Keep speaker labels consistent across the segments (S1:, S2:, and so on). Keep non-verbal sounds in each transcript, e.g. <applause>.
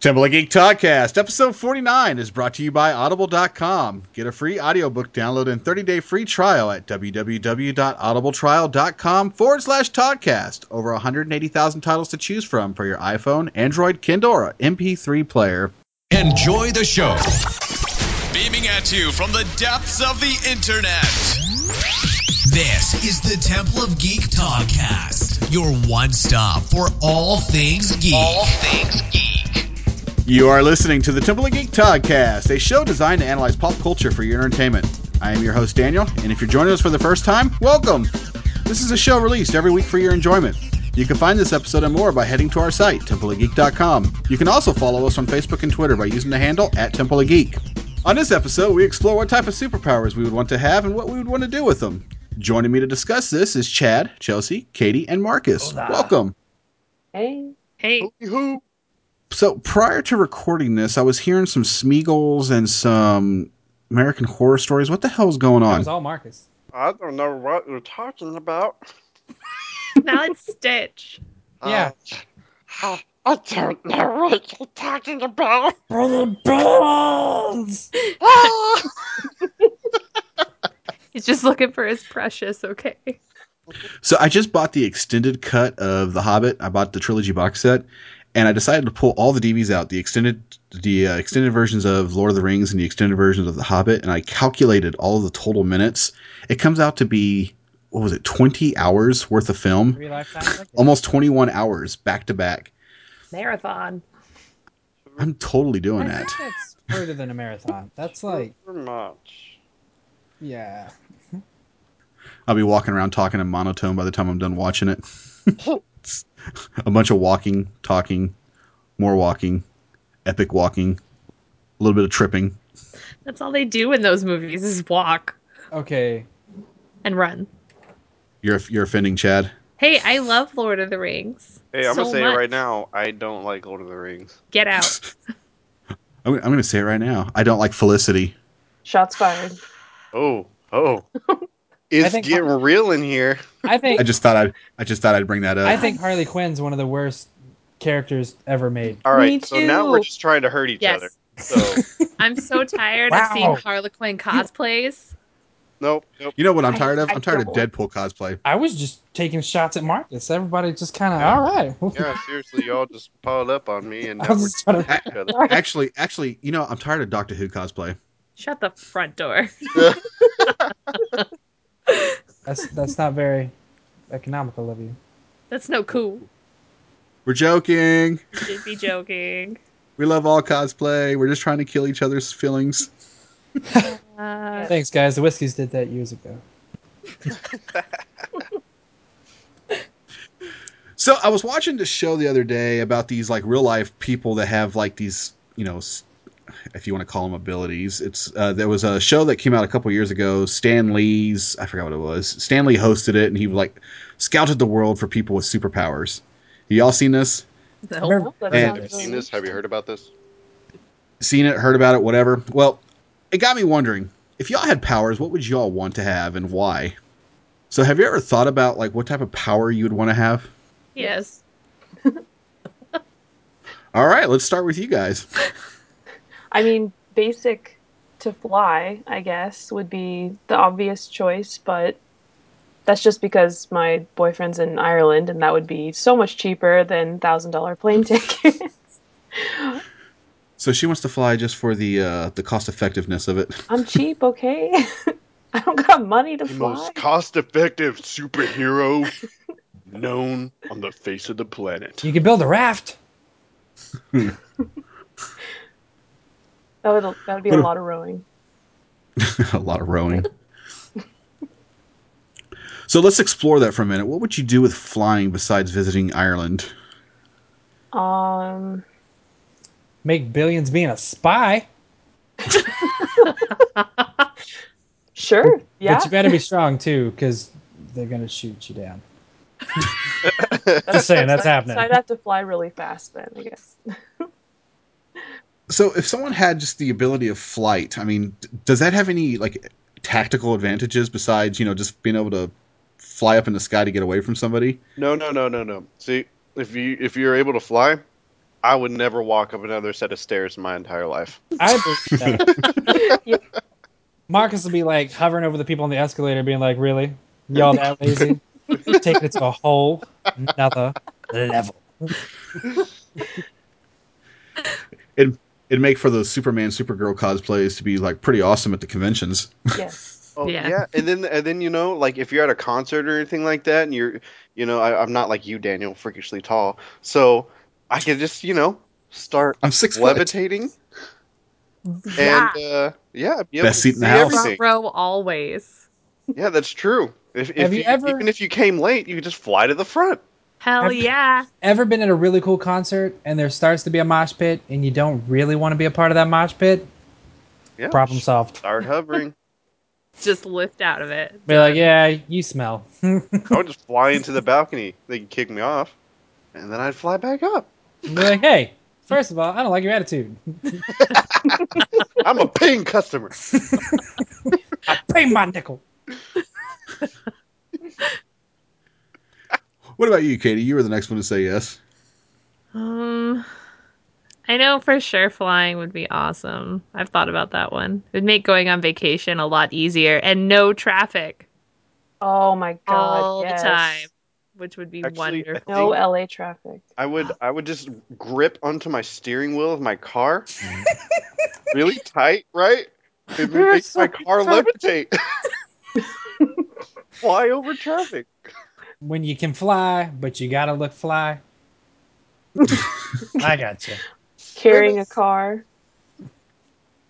S1: Temple Geek Podcast, episode 49, is brought to you by Audible.com. Get a free audiobook download and 30-day free trial at www.audibletrial.com forward slash Toddcast. Over 180,000 titles to choose from for your iPhone, Android, Kindle, or MP3 player.
S2: Enjoy the show. Beaming at you from the depths of the internet. This is the Temple of Geek Podcast, your one stop for all things geek. All things geek.
S1: You are listening to the Temple of Geek Toddcast, a show designed to analyze pop culture for your entertainment. I am your host, Daniel, and if you're joining us for the first time, welcome! This is a show released every week for your enjoyment. You can find this episode and more by heading to our site, templeofgeek.com. You can also follow us on Facebook and Twitter by using the handle at Temple of Geek. On this episode, we explore what type of superpowers we would want to have and what we would want to do with them. Joining me to discuss this is Chad, Chelsea, Katie, and Marcus. Welcome.
S3: Hey.
S4: Hey,
S1: So prior to recording this, I was hearing some Smeagol's and some American Horror Stories. What the hell's going
S5: That
S1: on?
S5: was all Marcus.
S6: I don't know what you're talking about.
S4: now it's Stitch.
S5: Yeah.
S6: Uh, I don't know what you're talking about.
S5: <laughs>
S6: Ah!
S4: He's just looking for his precious, okay?
S1: So I just bought the extended cut of The Hobbit. I bought the trilogy box set, and I decided to pull all the DVDs out the extended the uh, extended versions of Lord of the Rings and the extended versions of The Hobbit, and I calculated all the total minutes. It comes out to be what was it, twenty hours worth of film,
S5: Three lifetimes.
S1: almost twenty one hours back to back.
S3: Marathon.
S1: I'm totally doing
S5: I
S1: that.
S5: think That's further than a marathon. That's like,
S6: Pretty much.
S5: yeah.
S1: I'll be walking around talking in monotone by the time I'm done watching it. <laughs> It's a bunch of walking, talking, more walking, epic walking, a little bit of tripping.
S4: That's all they do in those movies is walk
S5: Okay.
S4: and run.
S1: You're you're offending Chad.
S4: Hey, I love Lord of the Rings.
S6: Hey, I'm
S4: so
S6: gonna say
S4: much.
S6: it right now. I don't like Lord of the Rings.
S4: Get out.
S1: I'm, I'm going to say it right now. I don't like Felicity.
S3: Shots fired.
S6: Oh,
S5: <laughs>
S6: oh. It's
S5: think-
S6: getting real in here.
S5: I think
S1: I just thought I I just thought I'd bring that up.
S5: I think Harley Quinn's one of the worst characters ever made.
S6: All
S3: Me
S6: right, so now we're
S3: too.
S6: just trying to hurt each
S4: yes.
S6: other.
S4: <laughs>
S6: So,
S4: I'm so tired of
S5: Wow.
S4: seeing Harlequin cosplays.
S6: nope, nope.
S1: you know what I'm
S3: I-
S1: tired of?
S3: I
S1: I'm tired of
S3: don't.
S1: Deadpool
S3: <laughs>
S1: cosplay.
S5: I was just taking shots at Marcus. Everybody just kind of,
S6: Yeah.
S5: all <laughs> right.
S6: Yeah, seriously, y'all just piled up on me and
S5: <laughs> I
S6: now
S5: was
S6: we're
S5: just
S6: <laughs>
S5: trying to-
S6: each
S4: <laughs>
S6: other.
S1: Actually, actually, you know, I'm tired of Doctor Who cosplay.
S4: Shut the front door. <laughs>
S5: that's that's not very economical of you.
S4: That's no cool.
S1: We're joking.
S4: You should be joking.
S1: We love all cosplay. We're just trying to kill each other's feelings.
S4: Uh,
S5: Thanks, guys. The Whiskies did that years ago.
S1: So I was watching this show the other day about these like real life people that have like these you know, s- if you want to call them abilities. It's uh, there was a show that came out a couple years ago. Stan Lee's I forgot what it was. Stan Lee hosted it and he like scouted the world for people with superpowers. You all seen this?
S4: no.
S3: That
S1: Man.
S3: sounds
S6: Have you seen this? Have you heard about this?
S1: Seen it? Heard about it? Whatever. Well, it got me wondering if y'all had powers, what would y'all want to have and why? So have you ever thought about like what type of power you would want to have?
S4: Yes.
S1: All right, let's start with you guys.
S3: I mean, basic to fly, I guess, would be the obvious choice, but that's just because my boyfriend's in Ireland and that would be so much cheaper than $1,000 plane <laughs> tickets.
S1: So she wants to fly just for the uh, the cost effectiveness of it. <laughs>
S3: I'm cheap, okay? <laughs> I don't got money to
S6: The
S3: fly.
S6: most cost effective superhero <laughs> known on the face of the planet.
S5: You could build a raft.
S3: That would, that would be a lot of rowing.
S1: a lot of rowing. so let's explore that for a minute. What would you do with flying besides visiting Ireland?
S3: Um,
S5: Make billions being a spy.
S3: sure. Yeah.
S5: But you better be strong too, because they're gonna shoot you down.
S3: That's-
S5: saying, that's
S3: so I-
S5: happening.
S3: So I'd have to fly really fast then, I guess.
S1: So if someone had just the ability of flight, I mean, d- does that have any like tactical advantages besides you know just being able to fly up in the sky to get away from somebody?
S6: No, no, no, no, no. See, if you if you're able to fly, I would never walk up another set of stairs in my entire life.
S5: I believe that. Marcus will be like hovering over the people on the escalator, being like, "Really, y'all that lazy? Taking it to a whole another level."
S1: It'd, it'd make for those Superman, Supergirl cosplays to be like pretty awesome at the conventions.
S3: Yes.
S6: Oh yeah.
S4: Yeah.
S6: and then and then you know, like if you're at a concert or anything like that, and you're, you know, I, I'm not like you, Daniel, freakishly tall, so I could just you know start
S1: I'm six foot.
S6: levitating
S4: Yeah.
S6: and uh, yeah, be
S1: Best seat in the
S6: see
S1: house.
S4: Front
S6: everything.
S4: row always.
S6: Yeah, that's true. If, if
S5: Have you
S6: you
S5: ever-
S6: even if you came late, you could just fly to the front.
S4: Hell
S5: I've-
S4: yeah.
S5: Ever been at a really cool concert and there starts to be a mosh pit and you don't really want to be a part of that mosh pit?
S6: Yeah,
S5: Problem solved.
S6: Start hovering.
S4: Just lift out of it.
S5: Be like, "Yeah, you smell."
S6: I would just fly into the balcony. They could kick me off, and then I'd fly back up.
S5: Be like, "Hey, first of all, I don't like your attitude.
S6: I'm a paying customer.
S5: I pay my nickel."
S1: What about you, Katie? You were the next one to say yes.
S4: Um, I know for sure flying would be awesome. I've thought about that one. It would make going on vacation a lot easier and no traffic
S3: Oh my god.
S4: all
S3: yes.
S4: the time, which would be
S6: Actually, I
S4: wonderful.
S3: No LA traffic.
S6: I would I would just grip onto my steering wheel of my car
S5: Mm-hmm.
S6: really tight, right? And then
S3: You're
S6: make
S3: so
S6: my car levitate. <laughs> Fly over traffic.
S5: When you can fly, but you gotta look fly. I got you.
S3: Carrying a car.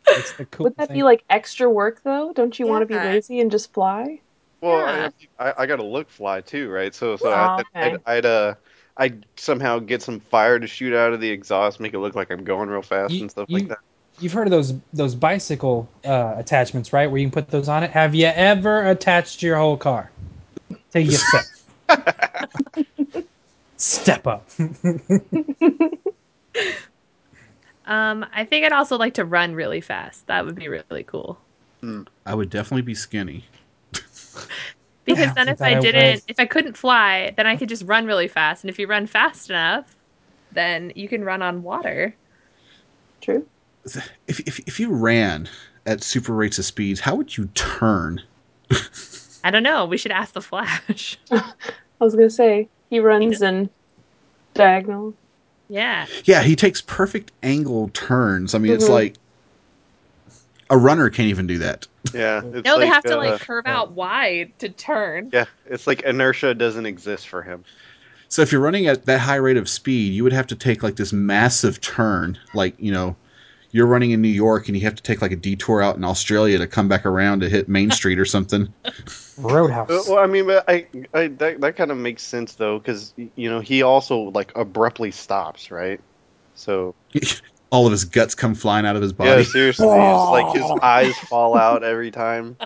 S5: It's the cool
S3: Would that
S5: thing.
S3: be like extra work though? Don't you want to be
S4: Oh, Yeah.
S3: lazy and just fly?
S6: Well,
S4: Yeah.
S6: I, I I gotta look fly too, right? So so
S3: Oh,
S6: I, I'd,
S3: okay.
S6: I'd uh I'd somehow get some fire to shoot out of the exhaust, make it look like I'm going real fast
S5: You-
S6: and stuff
S5: you-
S6: like that.
S5: You've heard of those those bicycle uh, attachments, right? Where you can put those on it. Have you ever attached your whole car
S6: <laughs>
S5: to yourself? Step up.
S4: Um, I think I'd also like to run really fast. That would be really cool.
S1: I would definitely be skinny.
S4: Because
S5: Yeah,
S4: then
S5: I think
S4: if I
S5: that I
S4: didn't,
S5: would.
S4: if I couldn't fly, then I could just run really fast. And if you run fast enough, then you can run on water.
S3: True.
S1: If, if, if you ran at super rates of speeds, how would you turn?
S4: I don't know. We should ask the Flash. <laughs>
S3: I was gonna say he runs in diagonal.
S4: yeah.
S1: Yeah, he takes perfect angle turns. I mean, it's
S6: Mm-hmm.
S3: Mhm.
S1: like a runner can't even do that.
S6: Yeah.
S5: Mm-hmm.
S6: It's
S4: No, they have to
S6: uh,
S4: like curve out wide to turn.
S6: Yeah, it's like inertia doesn't exist for him.
S1: So if you're running at that high rate of speed, you would have to take like this massive turn. Like, you know, you're running in New York and you have to take like a detour out in Australia to come back around to hit Main Street or
S6: <laughs>
S1: something.
S6: Uh,
S5: Roadhouse.
S6: Well, I mean, but I, I that, that kind of makes sense though, because you know he also like abruptly stops, right? So
S1: All of his guts come flying out of his body.
S6: yeah, seriously, it's like <laughs> his eyes fall out every time.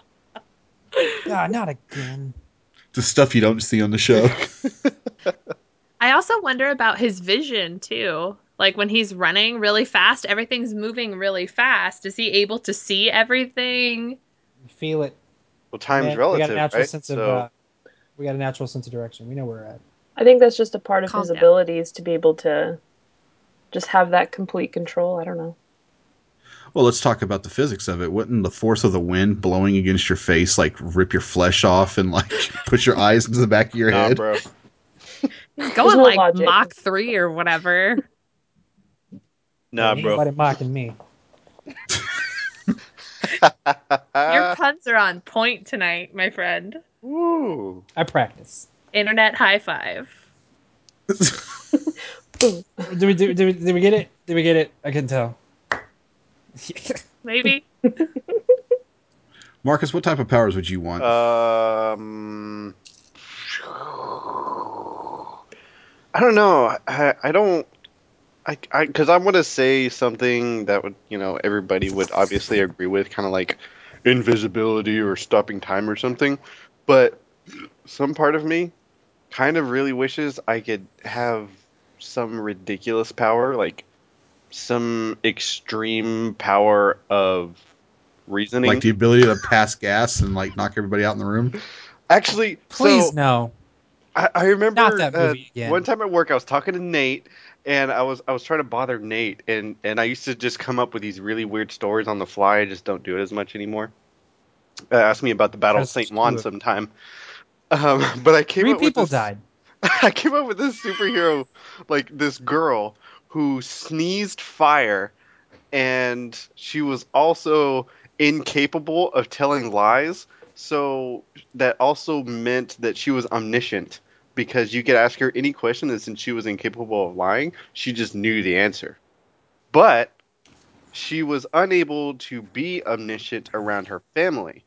S5: Ah, not again.
S1: The stuff you don't see on the show.
S4: I also wonder about his vision too. Like when he's running really fast, everything's moving really fast. Is he able to see everything?
S5: You feel it.
S6: Well, time's
S5: Man, we
S6: relative,
S5: got a natural
S6: right?
S5: sense of.
S6: so
S5: Uh, we got a natural sense of direction. We know where we're at.
S3: I think that's just a part of
S4: Calm
S3: his
S4: down.
S3: abilities to be able to just have that complete control. I don't know.
S1: well, let's talk about the physics of it. Wouldn't the force of the wind blowing against your face like rip your flesh off and like <laughs> push your eyes into the back of your
S6: nah,
S1: head?
S6: bro.
S4: He's
S3: There's
S4: going
S3: no
S4: like
S3: logic.
S4: Mach 3 or whatever.
S6: Nah,
S5: Ain't
S6: bro.
S5: Nobody mocking me.
S4: Your puns are on point tonight, my friend.
S6: Woo.
S5: I practice.
S4: Internet high five.
S5: Did we, did, we, did we get it? Did we get it? I couldn't tell. <laughs>
S4: Maybe.
S1: <laughs> Marcus, what type of powers would you want?
S6: Uh, Um, I don't know. I, I don't. I because I, want to say something that would you know everybody would obviously agree with, kind of like invisibility or stopping time or something. But some part of me kind of really wishes I could have some ridiculous power, like some extreme power of reasoning.
S1: like the ability to pass gas and like knock everybody out in the room?
S6: Actually,
S5: Please
S6: so-
S5: no.
S6: I, I remember
S5: Not that
S6: uh,
S5: movie again.
S6: one time at work I was talking to Nate and I was I was trying to bother Nate and and I used to just come up with these really weird stories on the fly. I just don't do it as much anymore. Uh, ask me about the Battle of
S5: That's
S6: St. Juan
S5: true.
S6: sometime. <laughs> Um, but I came
S5: Three
S6: up with
S5: people
S6: this,
S5: died.
S6: <laughs> I came up with this superhero like this girl who sneezed fire and she was also incapable of telling lies. So that also meant that she was omniscient because you could ask her any question, and since she was incapable of lying, she just knew the answer. But she was unable to be omniscient around her family.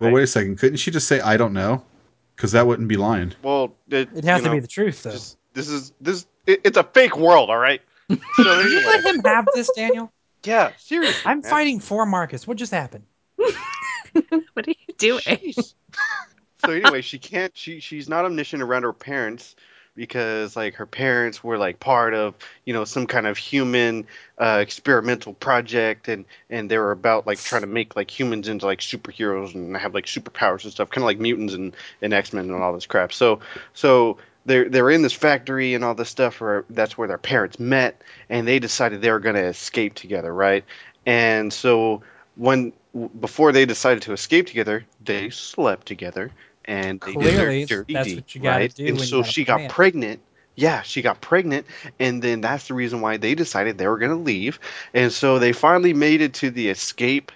S1: Well, wait a second. Couldn't she just say I don't know? Because that wouldn't be lying.
S6: Well, it,
S5: It has
S6: you
S5: to
S6: know,
S5: be the truth, though.
S6: just- this is this. It, it's a fake world, all right. So
S5: Did you
S6: anyway,
S5: let him have this, Daniel?
S6: yeah, seriously,
S5: I'm
S6: man.
S5: fighting for Marcus. What just happened?
S4: What are you
S6: <laughs>
S4: doing?
S6: Jeez. so anyway, she can't. She she's not omniscient around her parents because like her parents were like part of you know some kind of human uh, experimental project and and they were about like trying to make like humans into like superheroes and have like superpowers and stuff kind of like mutants and, and x-men and all this crap so so they're they're in this factory and all this stuff or that's where their parents met and they decided they were going to escape together right and so when w- before they decided to escape together they slept together and they
S5: Clearly,
S6: did their dirty
S5: that's
S6: deed,
S5: what you gotta
S6: right?
S5: do
S6: and
S5: when you
S6: so
S5: got a
S6: she got
S5: plan.
S6: pregnant yeah she got pregnant and then that's the reason why they decided they were going to leave and so they finally made it to the escape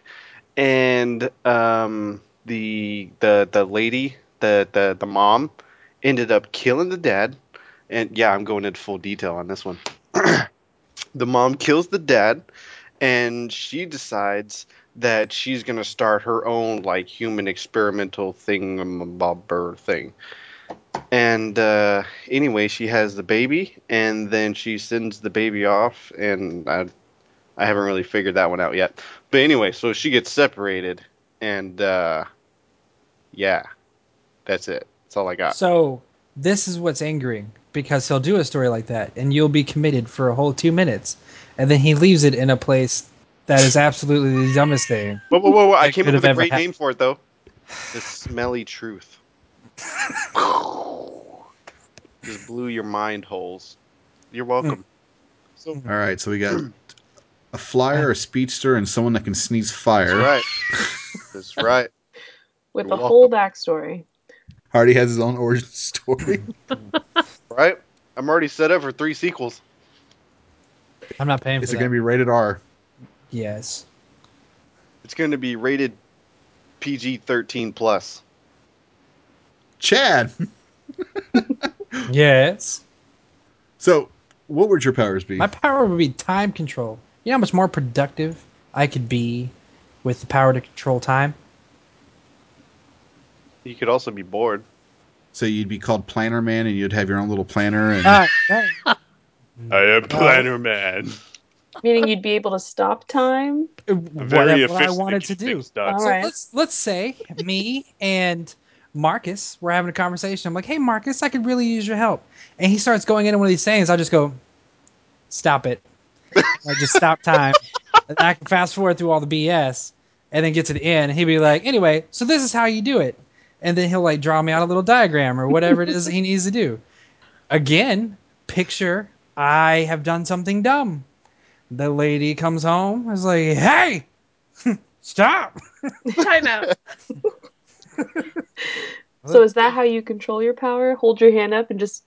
S6: and um, the the the lady the, the the mom ended up killing the dad and yeah i'm going into full detail on this one <clears throat> the mom kills the dad and she decides that she's going to start her own like human experimental thing bobber thing and uh, anyway she has the baby and then she sends the baby off and i i haven't really figured that one out yet but anyway so she gets separated and uh, yeah that's it that's all i got
S5: So this is what's angering because he'll do a story like that, and you'll be committed for a whole two minutes, and then he leaves it in a place that is absolutely the dumbest thing.
S6: whoa whoa whoa, whoa. i
S5: That
S6: came
S5: could
S6: up
S5: have
S6: with a
S5: ever
S6: great
S5: hap-
S6: name for it though the smelly
S5: <laughs>
S6: truth just blew your mind holes you're welcome so
S1: All right, so we got a flyer, a speedster, and someone that can sneeze
S6: that's
S1: fire.
S6: right that's <laughs> right
S3: with
S6: You're
S3: the whole
S6: welcome.
S3: backstory.
S1: Hardy has his own origin <laughs> story.
S6: right i'm already set up for three sequels
S5: I'm not paying for
S1: Is it
S5: that.
S1: going to be rated R?
S5: yes.
S6: It's going to be rated PG thirteen plus.
S1: Chad. <laughs>
S5: Yes.
S1: So, what would your powers be?
S5: My power would be time control. You know how much more productive I could be with the power to control time?
S6: You could also be bored.
S1: so you'd be called Planner Man, and you'd have your own little planner. And
S5: Ah, dang.
S6: I am
S5: Planner
S6: Man.
S3: Meaning you'd be able to stop time.
S6: Very
S5: whatever I
S6: efficient
S5: wanted
S6: at
S5: to
S6: getting
S5: do.
S6: things done.
S3: All
S5: so
S3: right.
S5: let's let's say me and Marcus were having a conversation. I'm like, "Hey, Marcus, I could really use your help." And he starts going into one of these sayings. I just go, "Stop it!" I just stop time, and I can fast forward through all the BS, and then get to the end. And he'd be like, "Anyway, so this is how you do it," and then he'll like draw me out a little diagram or whatever it is he needs to do. Again, picture I have done something dumb. The lady comes home. is like, "Hey, <laughs> stop!"
S4: Time out.
S3: So is that how you control your power? Hold your hand up and just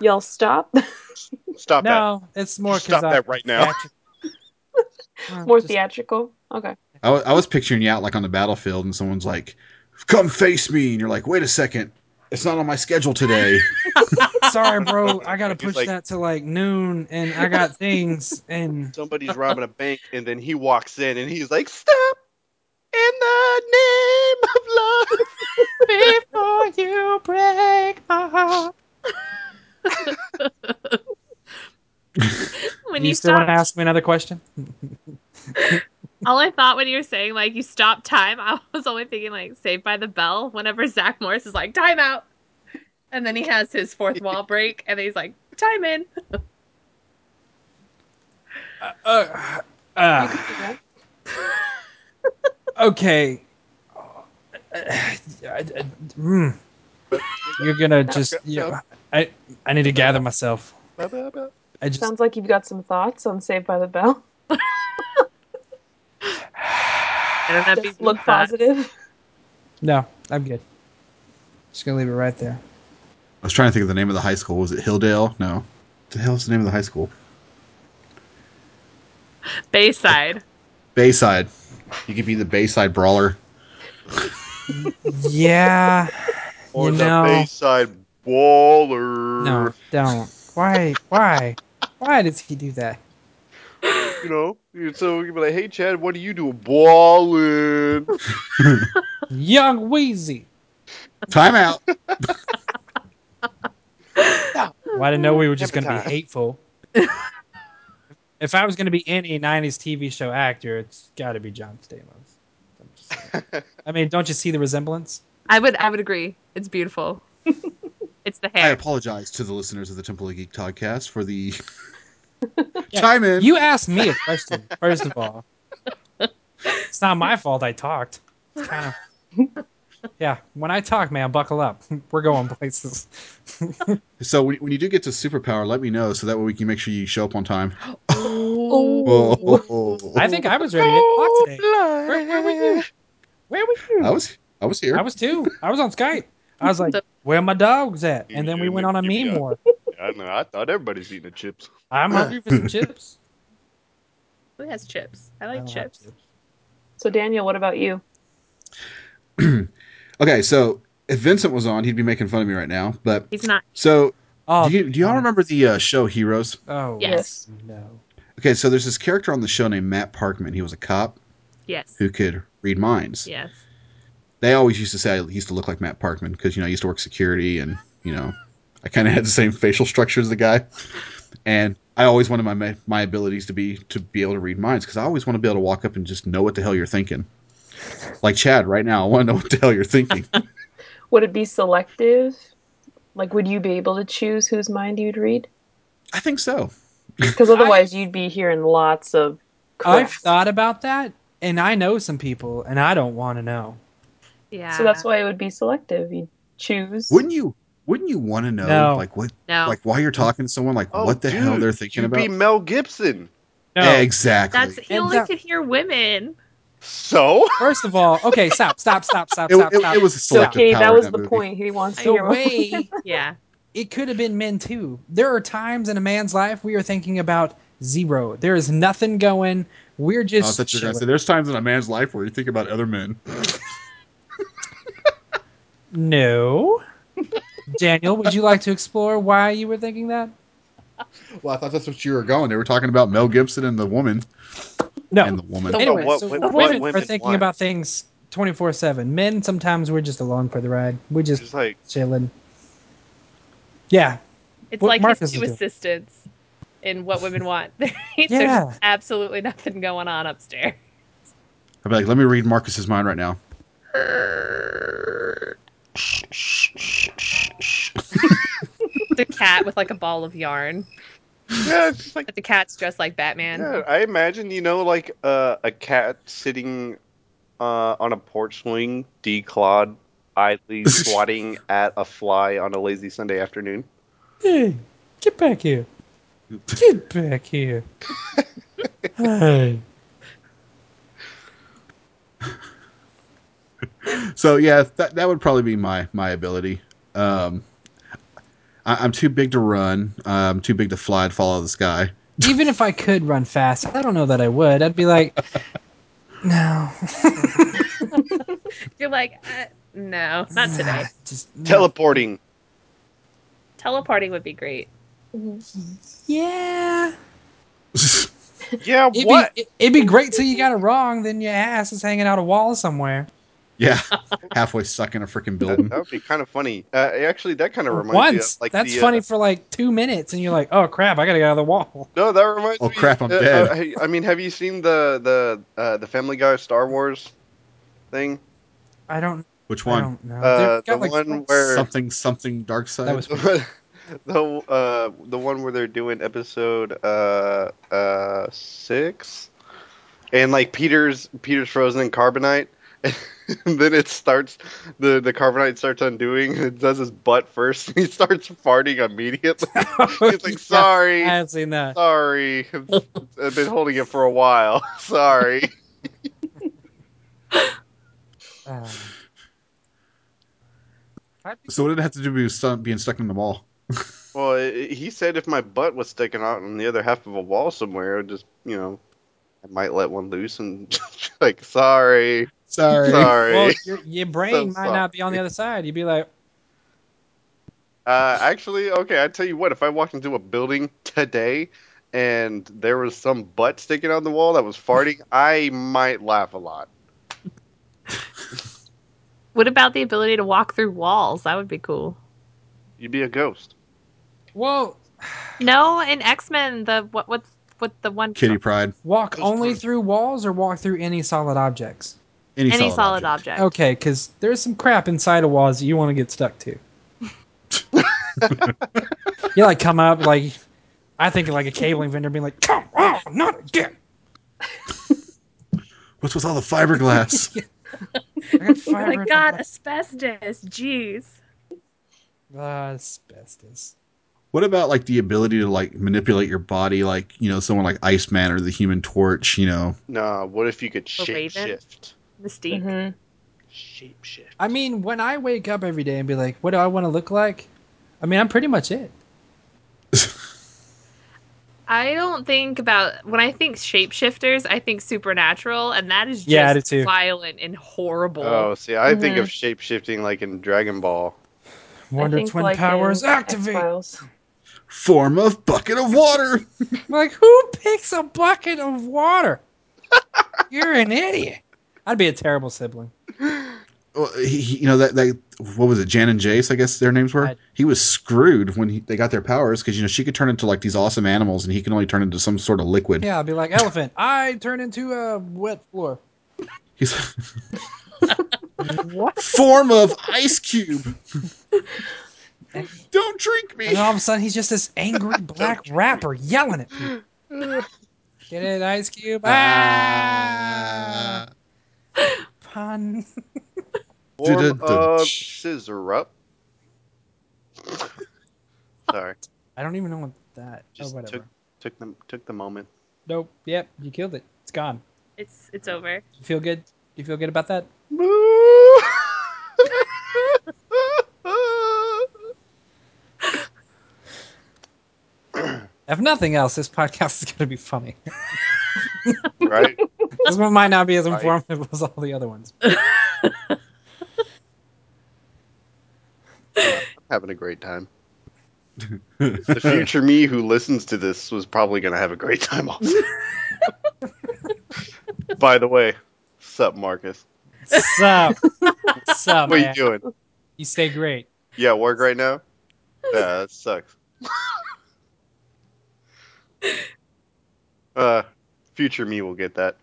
S3: yell stop? <laughs>
S6: Stop
S5: No, it's more
S6: Stop
S5: because
S6: that right now.
S3: More theatrical? Okay.
S1: I, wa- I was picturing you out like on the battlefield, and someone's like, "Come face me," and you're like, "Wait a second, it's not on my schedule today."
S5: Sorry, bro. I gotta
S6: <laughs> He's
S5: push
S6: like-
S5: that to like noon, and I got things,
S6: that.
S5: and
S6: Somebody's robbing
S5: <laughs>
S6: a bank, and then he walks in, and he's like, "Stop!" In the name of love.
S5: before you break my heart.
S4: When
S5: you,
S4: you,
S5: still want
S4: stop,
S5: to ask me another question?
S4: all I thought when you were saying like you stop time, I <laughs> was only thinking like Saved by the Bell. Whenever Zach Morris is like time out, and then he has his fourth wall break, and he's like time in.
S3: You could do that.
S5: <sighs> okay. Uh, uh, mm. You're gonna just. You know, I I need to gather myself. I just
S3: Sounds like you've got some thoughts on Saved by the Bell.
S4: I don't have
S3: Just
S4: beaten
S3: look
S4: thoughts.
S3: positive.
S5: no. I'm good. Just gonna leave it right there.
S1: I was trying to think of the name of the high school. Was it Hilldale? No. What the hell's the name of the high school?
S4: Bayside.
S1: Bayside. You could be the Bayside Brawler.
S5: Yeah.
S6: <laughs> Or
S5: you
S6: the
S5: know.
S6: Bayside Baller.
S5: No, don't. Why? Why? Why does he do that?
S6: You know? And So you'd be like, hey, Chad, what do you do? Ballin'.
S5: Young Wheezy.
S1: Time
S5: <laughs>
S1: out.
S5: Well, I didn't know we were just going to
S6: Hypnotize.
S5: be hateful. if I was going to be any 90s TV show actor, it's got to be John Stamos. I'm just saying. I mean, don't you see the resemblance?
S4: I would I would agree. It's beautiful. <laughs> it's the
S1: I
S4: hair.
S1: apologize to the listeners of the Temple of Geek podcast for the
S5: <laughs>
S1: chime in.
S5: You asked me a question, first of all. It's not my fault I talked. It's kind of. Yeah, when I talk, man, buckle up. <laughs> We're going places.
S1: so when, when you do get to superpower, let me know so that way we can make sure you show up on time. <laughs>
S5: I think I was ready to talk today. Where, where were you? Where were you?
S1: I was I was here.
S5: I was too. I was on Skype. I was like,
S4: So-
S5: "Where my dogs at?"
S6: You
S5: And then we
S6: do
S5: went on a
S6: make me
S5: meme
S6: up.
S5: war.
S6: I know. I thought everybody's eating the chips.
S1: <laughs>
S5: I'm hungry for some chips.
S4: Who has chips? I
S5: I
S4: like
S5: don't have
S4: chips.
S3: So Daniel, what about you?
S1: okay, so if Vincent was on, he'd be making fun of me right now. But
S4: He's not.
S1: so
S5: Oh,
S1: do, you, do y'all
S5: God.
S1: remember the uh, show Heroes?
S5: Oh,
S4: Yes.
S5: No.
S1: Okay, so there's this character on the show named Matt Parkman. He was a cop
S4: Yes.
S1: who could read minds.
S4: Yes.
S1: They always used to say I used to look like Matt Parkman because you know I used to work security and you know I kind of had the same facial structure as the guy, and I always wanted my ma- my abilities to be to be able to read minds because I always want to be able to walk up and just know what the hell you're thinking. Like Chad, right now, I want to know what the hell you're thinking.
S3: Would it be selective? Like, would you be able to choose whose mind you'd read?
S1: I think so.
S3: Because otherwise, you'd be hearing lots of crap.
S5: I've thought about that, and I know some people, and I don't want to know.
S4: Yeah.
S3: So that's why it would be selective. You'd choose.
S1: Wouldn't you? Wouldn't you want to know
S5: No.
S1: like what
S4: No.
S1: like why you're talking to someone like
S6: Oh,
S1: what the hell
S6: dude,
S1: they're thinking
S6: you'd
S1: about?
S6: be Mel Gibson.
S5: No.
S1: Exactly.
S4: that's he
S5: And
S4: only
S5: that-
S4: could hear women.
S6: So?
S5: First of all, okay, stop, stop, stop, stop,
S1: it,
S5: stop,
S1: it-
S5: stop.
S1: it was a
S3: So,
S1: selective
S3: okay,
S1: power
S3: that
S1: in
S3: was the
S1: movie.
S3: point. He wants to
S5: the
S3: hear. what-
S5: way <laughs>
S4: Yeah.
S5: it could have been men too. There are times in a man's life we are thinking about zero. There is nothing going. We're
S1: Oh, I
S5: just
S1: thought you were gonna say
S5: chilling.
S1: there's times in a man's life where you think about other men.
S5: no. <laughs> Daniel, would you like to explore why you were thinking that?
S1: Well, I thought that's what you were going. They were talking about Mel Gibson and the woman
S5: No.
S1: and the woman.
S6: The-
S5: anyway,
S6: What-
S5: so
S6: what-
S5: women
S6: what
S5: are
S6: women
S5: thinking
S6: want.
S5: about things 24 7. Men, sometimes we're just along for the ride. We're just,
S6: Just like,
S5: chilling. Yeah.
S4: It's
S5: What
S4: like
S5: Marcus
S4: his two
S5: is doing.
S4: assistants in what women want. <laughs>
S5: Yeah.
S4: There's absolutely nothing going on upstairs.
S1: I'd be like, let me read Marcus's mind right now.
S4: The cat with like a ball of yarn.
S6: yeah, it's just like,
S4: But the cat's dressed like Batman.
S6: yeah, I imagine, you know, like uh, a cat sitting uh, on a porch swing, declawed,
S1: <laughs>
S6: idly swatting at a fly on a lazy Sunday afternoon.
S5: Hey, get back here. Get back here. hey.
S1: So yeah, that that would probably be my my ability. Um, I, I'm too big to run. I'm too big to fly and fall out of the sky. <laughs>
S5: Even if I could run fast, I don't know that I would. I'd be like, <laughs> no.
S4: You're like, uh, no, not today.
S5: Just no. <laughs>
S6: Teleporting.
S4: Teleporting would be great.
S5: Yeah.
S6: Yeah,
S5: It'd
S6: what?
S5: <laughs> Be, it, would be great till you got it wrong, then your ass is hanging out a wall somewhere.
S1: <laughs> Yeah, halfway stuck in a freaking building.
S6: That would be kind of funny. Uh, actually, that kind of reminds me of
S5: Once.
S6: like
S5: That's
S6: the, uh,
S5: funny for like two minutes, and you're like, oh crap, I gotta get out of the wall.
S6: No, that reminds
S1: Oh,
S6: me.
S1: crap, I'm
S6: uh,
S1: dead.
S6: uh, hey, I mean, have you seen the the uh, the Family Guy Star Wars
S1: <laughs>
S6: thing?
S5: I don't.
S1: Which
S5: I
S1: one?
S5: don't know.
S6: Uh,
S5: They've got,
S6: the one
S5: <laughs> four-
S6: where-
S1: Something something dark side.
S5: That was-
S6: the uh, the one where they're doing episode uh uh six, and like Peter's Peter's frozen in carbonite, <laughs> And then it starts the the carbonite starts undoing. It does his butt first. And he starts farting immediately. <laughs>
S5: <laughs>
S6: He's like, "Sorry,
S5: I haven't seen that.
S6: sorry, <laughs> I've been holding it for a while. <laughs> Sorry." Oh.
S5: Uh, I think-
S1: So what did it have to do with stu- being stuck in the mall?
S6: Well, i he said if my butt was sticking out on the other half of a wall somewhere, it would just you know, I might let one loose and <laughs> just like, "Sorry,
S1: Sorry.
S6: sorry."
S5: <laughs> well, your, your brain
S6: So
S5: might not be on the other side. You'd be like,
S6: Uh, actually, okay, I tell you what, if I walked into a building today and there was some butt sticking on the wall that was farting, I might laugh a lot.
S4: What about the ability to walk through walls? That would be cool.
S6: You'd be a ghost.
S5: "Well,
S4: No, in X Men, the what what's what the one
S1: Kitty Pride.
S5: walk
S6: Those
S5: only
S6: first-
S5: through walls or walk through any solid objects."
S1: Any,
S4: any solid,
S1: object.
S4: object.
S5: Okay, because there's some crap inside of walls that you want to get
S6: <laughs>
S5: stuck to. you like come up like, I think like a cabling vendor being like, "Come on, not again."
S1: What's with all the <laughs> fiberglass?
S3: <laughs>
S5: I got
S4: Oh
S5: fiber in my
S4: my god,
S5: butt."
S4: asbestos. Jeez.
S5: Ah, asbestos.
S1: what about like the ability to like manipulate your body, like you know someone like Iceman or the Human Torch? You know,
S6: Nah, what if you could
S4: A raven?
S6: shape shift?
S4: Mystique.
S5: Mm-hmm.
S3: Mhm.
S6: Shape shift.
S5: I mean, when I wake up every day and be like, "What do I want to look like?" I mean, I'm pretty much it.
S4: I don't think about when I think shapeshifters, I think supernatural, and that is just
S5: Yeah, I do too.
S4: violent and horrible.
S6: Oh, see, I think of
S4: Mm-hmm.
S6: shape shifting like in Dragon Ball.
S3: I
S5: Wonder
S3: think,
S5: Twin
S3: like,
S5: powers
S3: in
S5: activate.
S3: X-Files.
S1: form of bucket of water.
S5: Like, who picks a bucket of
S6: <laughs>
S5: water? You're an idiot. I'd be a terrible sibling.
S1: Well, Oh, he, he- you know that that what was it? Jan and Jace, I guess their names were.
S5: Right.
S1: He was screwed when he, they got their powers because you know she could turn into like these awesome animals, and he can only turn into some sort of liquid.
S5: Yeah, I'd be like, elephant, I turn into a wet floor.
S1: He's <laughs> form of ice <laughs> cube. Don't drink me.
S5: And all of a sudden, he's just this
S6: <laughs>
S5: angry black rapper yelling at people. Get it, Ice Cube? Ah!
S1: Ah.
S5: Pun. <laughs>
S6: Form
S1: Dun-dun-dun.
S6: of scissor up. <laughs> Sorry,
S5: I don't even know what that.
S6: just
S5: oh, whatever.
S6: took took the took the <laughs> moment.
S5: Nope. Yep. You killed it. It's gone.
S4: It's it's over.
S5: You feel good? You feel good about that? If nothing else, this podcast is going to be funny.
S6: right?
S5: this one might not be as
S6: Right.
S5: informative as all the other ones.
S6: having a great time. the future me who listens to this was probably going to have a great time also. By the way, sup, Marcus?
S5: Sup? Sup,
S6: What
S5: Oh, man?
S6: you doing?
S5: You stay great.
S6: Yeah, work right now? Yeah, that sucks. uh, future me will get that.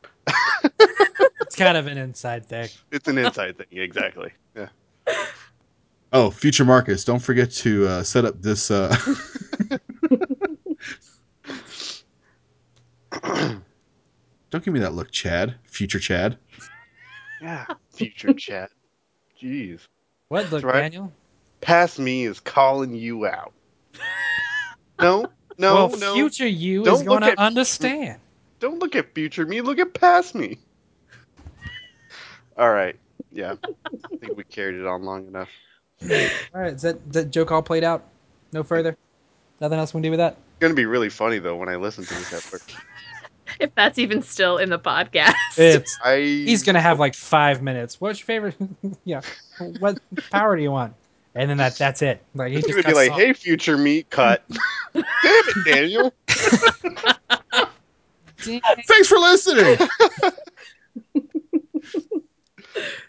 S5: It's kind of an inside thing.
S6: It's an inside thing, exactly. Yeah.
S1: Oh, future Marcus, don't forget to uh, set up this. Uh, <laughs> <clears throat> don't give me that look, Chad. Future Chad.
S6: Yeah. Future chat. Jeez.
S5: What look,
S6: right.
S5: Daniel?
S6: Past me is calling you
S5: <laughs>
S6: out. No, no,
S5: well,
S6: no.
S5: future you
S6: Don't
S5: is going
S6: look at-
S5: to understand.
S6: Don't look at future me. Look at past me. All right. Yeah. I think we carried it on long enough.
S5: All right, is that is that joke all played out? No further. Nothing else we can do with that.
S6: It's gonna be really funny though when I listen to this at work.
S4: If that's even still in the podcast.
S5: It's
S6: I
S5: he's going to have like five minutes. What's your favorite? <laughs> yeah. What power do you want? And then that that's it. Like he
S6: He's
S5: just
S6: gonna be
S5: cuts
S6: like,
S5: off.
S6: "Hey, future me,
S5: <laughs>
S6: cut." Damn it, Daniel.
S5: Dang.
S1: Thanks for listening.
S5: <laughs>